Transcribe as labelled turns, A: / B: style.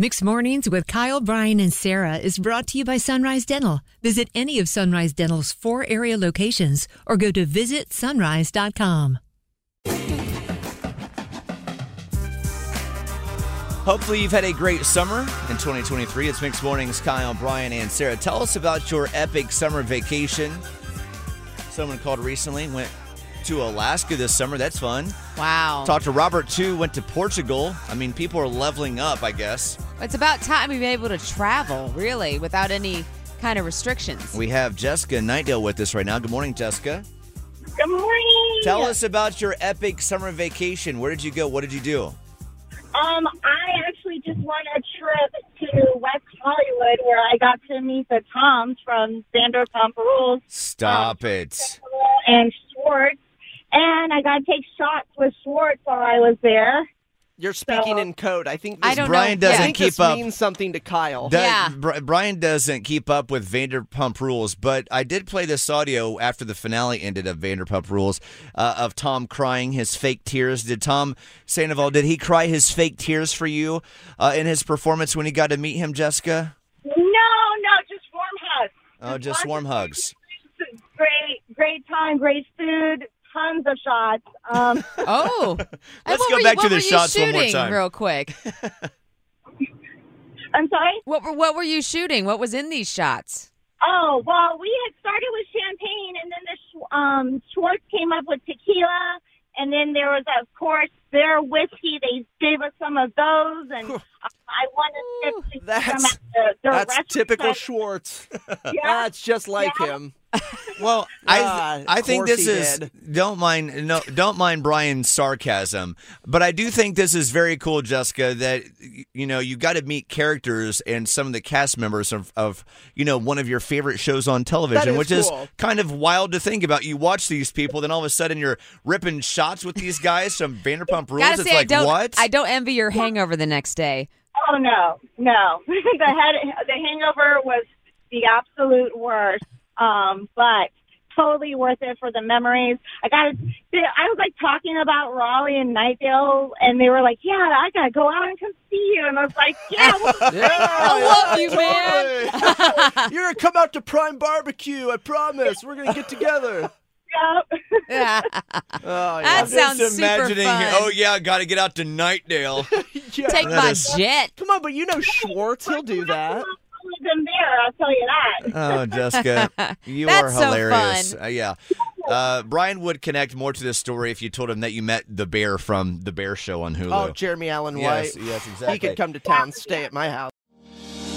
A: Mixed Mornings with Kyle, Brian, and Sarah is brought to you by Sunrise Dental. Visit any of Sunrise Dental's four area locations or go to visitsunrise.com.
B: Hopefully, you've had a great summer in 2023. It's Mixed Mornings, Kyle, Brian, and Sarah. Tell us about your epic summer vacation. Someone called recently, went to Alaska this summer. That's fun.
C: Wow.
B: Talked to Robert, too, went to Portugal. I mean, people are leveling up, I guess.
C: It's about time we've been able to travel, really, without any kind of restrictions.
B: We have Jessica Nightdale with us right now. Good morning, Jessica.
D: Good morning.
B: Tell us about your epic summer vacation. Where did you go? What did you do?
D: Um, I actually just won a trip to West Hollywood where I got to meet the Toms from Vanderpump Rules
B: Stop
C: Oh.
B: it.
D: and Schwartz, and I got to take shots with Schwartz while I was there.
E: You're speaking in code. I think this,
C: I don't
B: Brian
C: know.
B: doesn't
C: Yeah.
E: I think
B: keep
E: this
B: up.
E: means something to Kyle.
B: That-
C: Yeah.
B: Bri- Brian doesn't keep up with Vanderpump Rules, but I did play this audio after the finale ended of Vanderpump Rules uh, of Tom crying his fake tears. Did Tom Sandoval did he cry his fake tears for you uh, in his performance when he got to meet him, Jessica?
D: No, no, just warm hugs.
B: Oh, just warm
D: lots of
B: hugs.
D: food, Great, great time, great food, tons of shots. Um,
C: Oh.
B: Let's
C: what
B: go
C: were you-
B: back to
C: what
B: the
C: were you
B: shots one more
C: shooting
B: time.
C: Real quick.
D: I'm sorry.
C: What were, what were you shooting? What was in these shots?
D: Oh well, we had started with champagne, and then the Sch- um, Schwartz came up with tequila, and then there was of course their whiskey. They gave us some of those, and um, I wanted to
E: That's-
D: some at the, the
E: That's
D: restaurant.
E: typical Schwartz.
D: Yeah.
E: That's just like him.
B: Well, I
E: Ah,
B: I
E: of
B: think
E: course
B: this
E: he
B: is
E: did.
B: don't mind no don't mind Brian's sarcasm, but I do think this is very cool, Jessica. That y- you know you got to meet characters and some of the cast members of, of you know one of your favorite shows on television,
E: is
B: which is
E: cool.
B: kind of wild to think about. You watch these people, then all of a sudden you're ripping shots with these guys from Vanderpump Rules.
C: Gotta
B: it's
C: say,
B: like
C: I don't.
B: what?
C: I don't envy your hangover the next day.
D: Oh no, no, the head, the hangover was the absolute worst, um, but totally worth it for the memories. I got, I was like talking about Raleigh and Nightdale, and they were like, "Yeah, I gotta go out and come see you," and I was like, "Yeah." Well,
C: I
B: Oh,
C: love you, man.
E: man. You're gonna come out to Prime Barbecue. I promise. We're gonna get together.
D: yeah.
C: Yeah.
E: Oh, yeah.
C: That sounds
B: Just imagining.
C: super fun.
B: Oh yeah, got to get out to Nightdale.
E: Yeah.
C: Take
B: That
C: my
B: is-
C: jet.
E: Come on, but you know Schwartz. He'll do that.
D: I've been there. I'll tell you that.
B: Oh, Jessica, you are
C: That's so
B: hilarious.
C: fun.
B: Uh, yeah. Uh, Brian would connect more to this story if you told him that you met the bear from the Bear Show on Hulu.
E: Oh, Jeremy Allen White.
B: yes, yes, exactly.
E: He could come to town, stay at my house.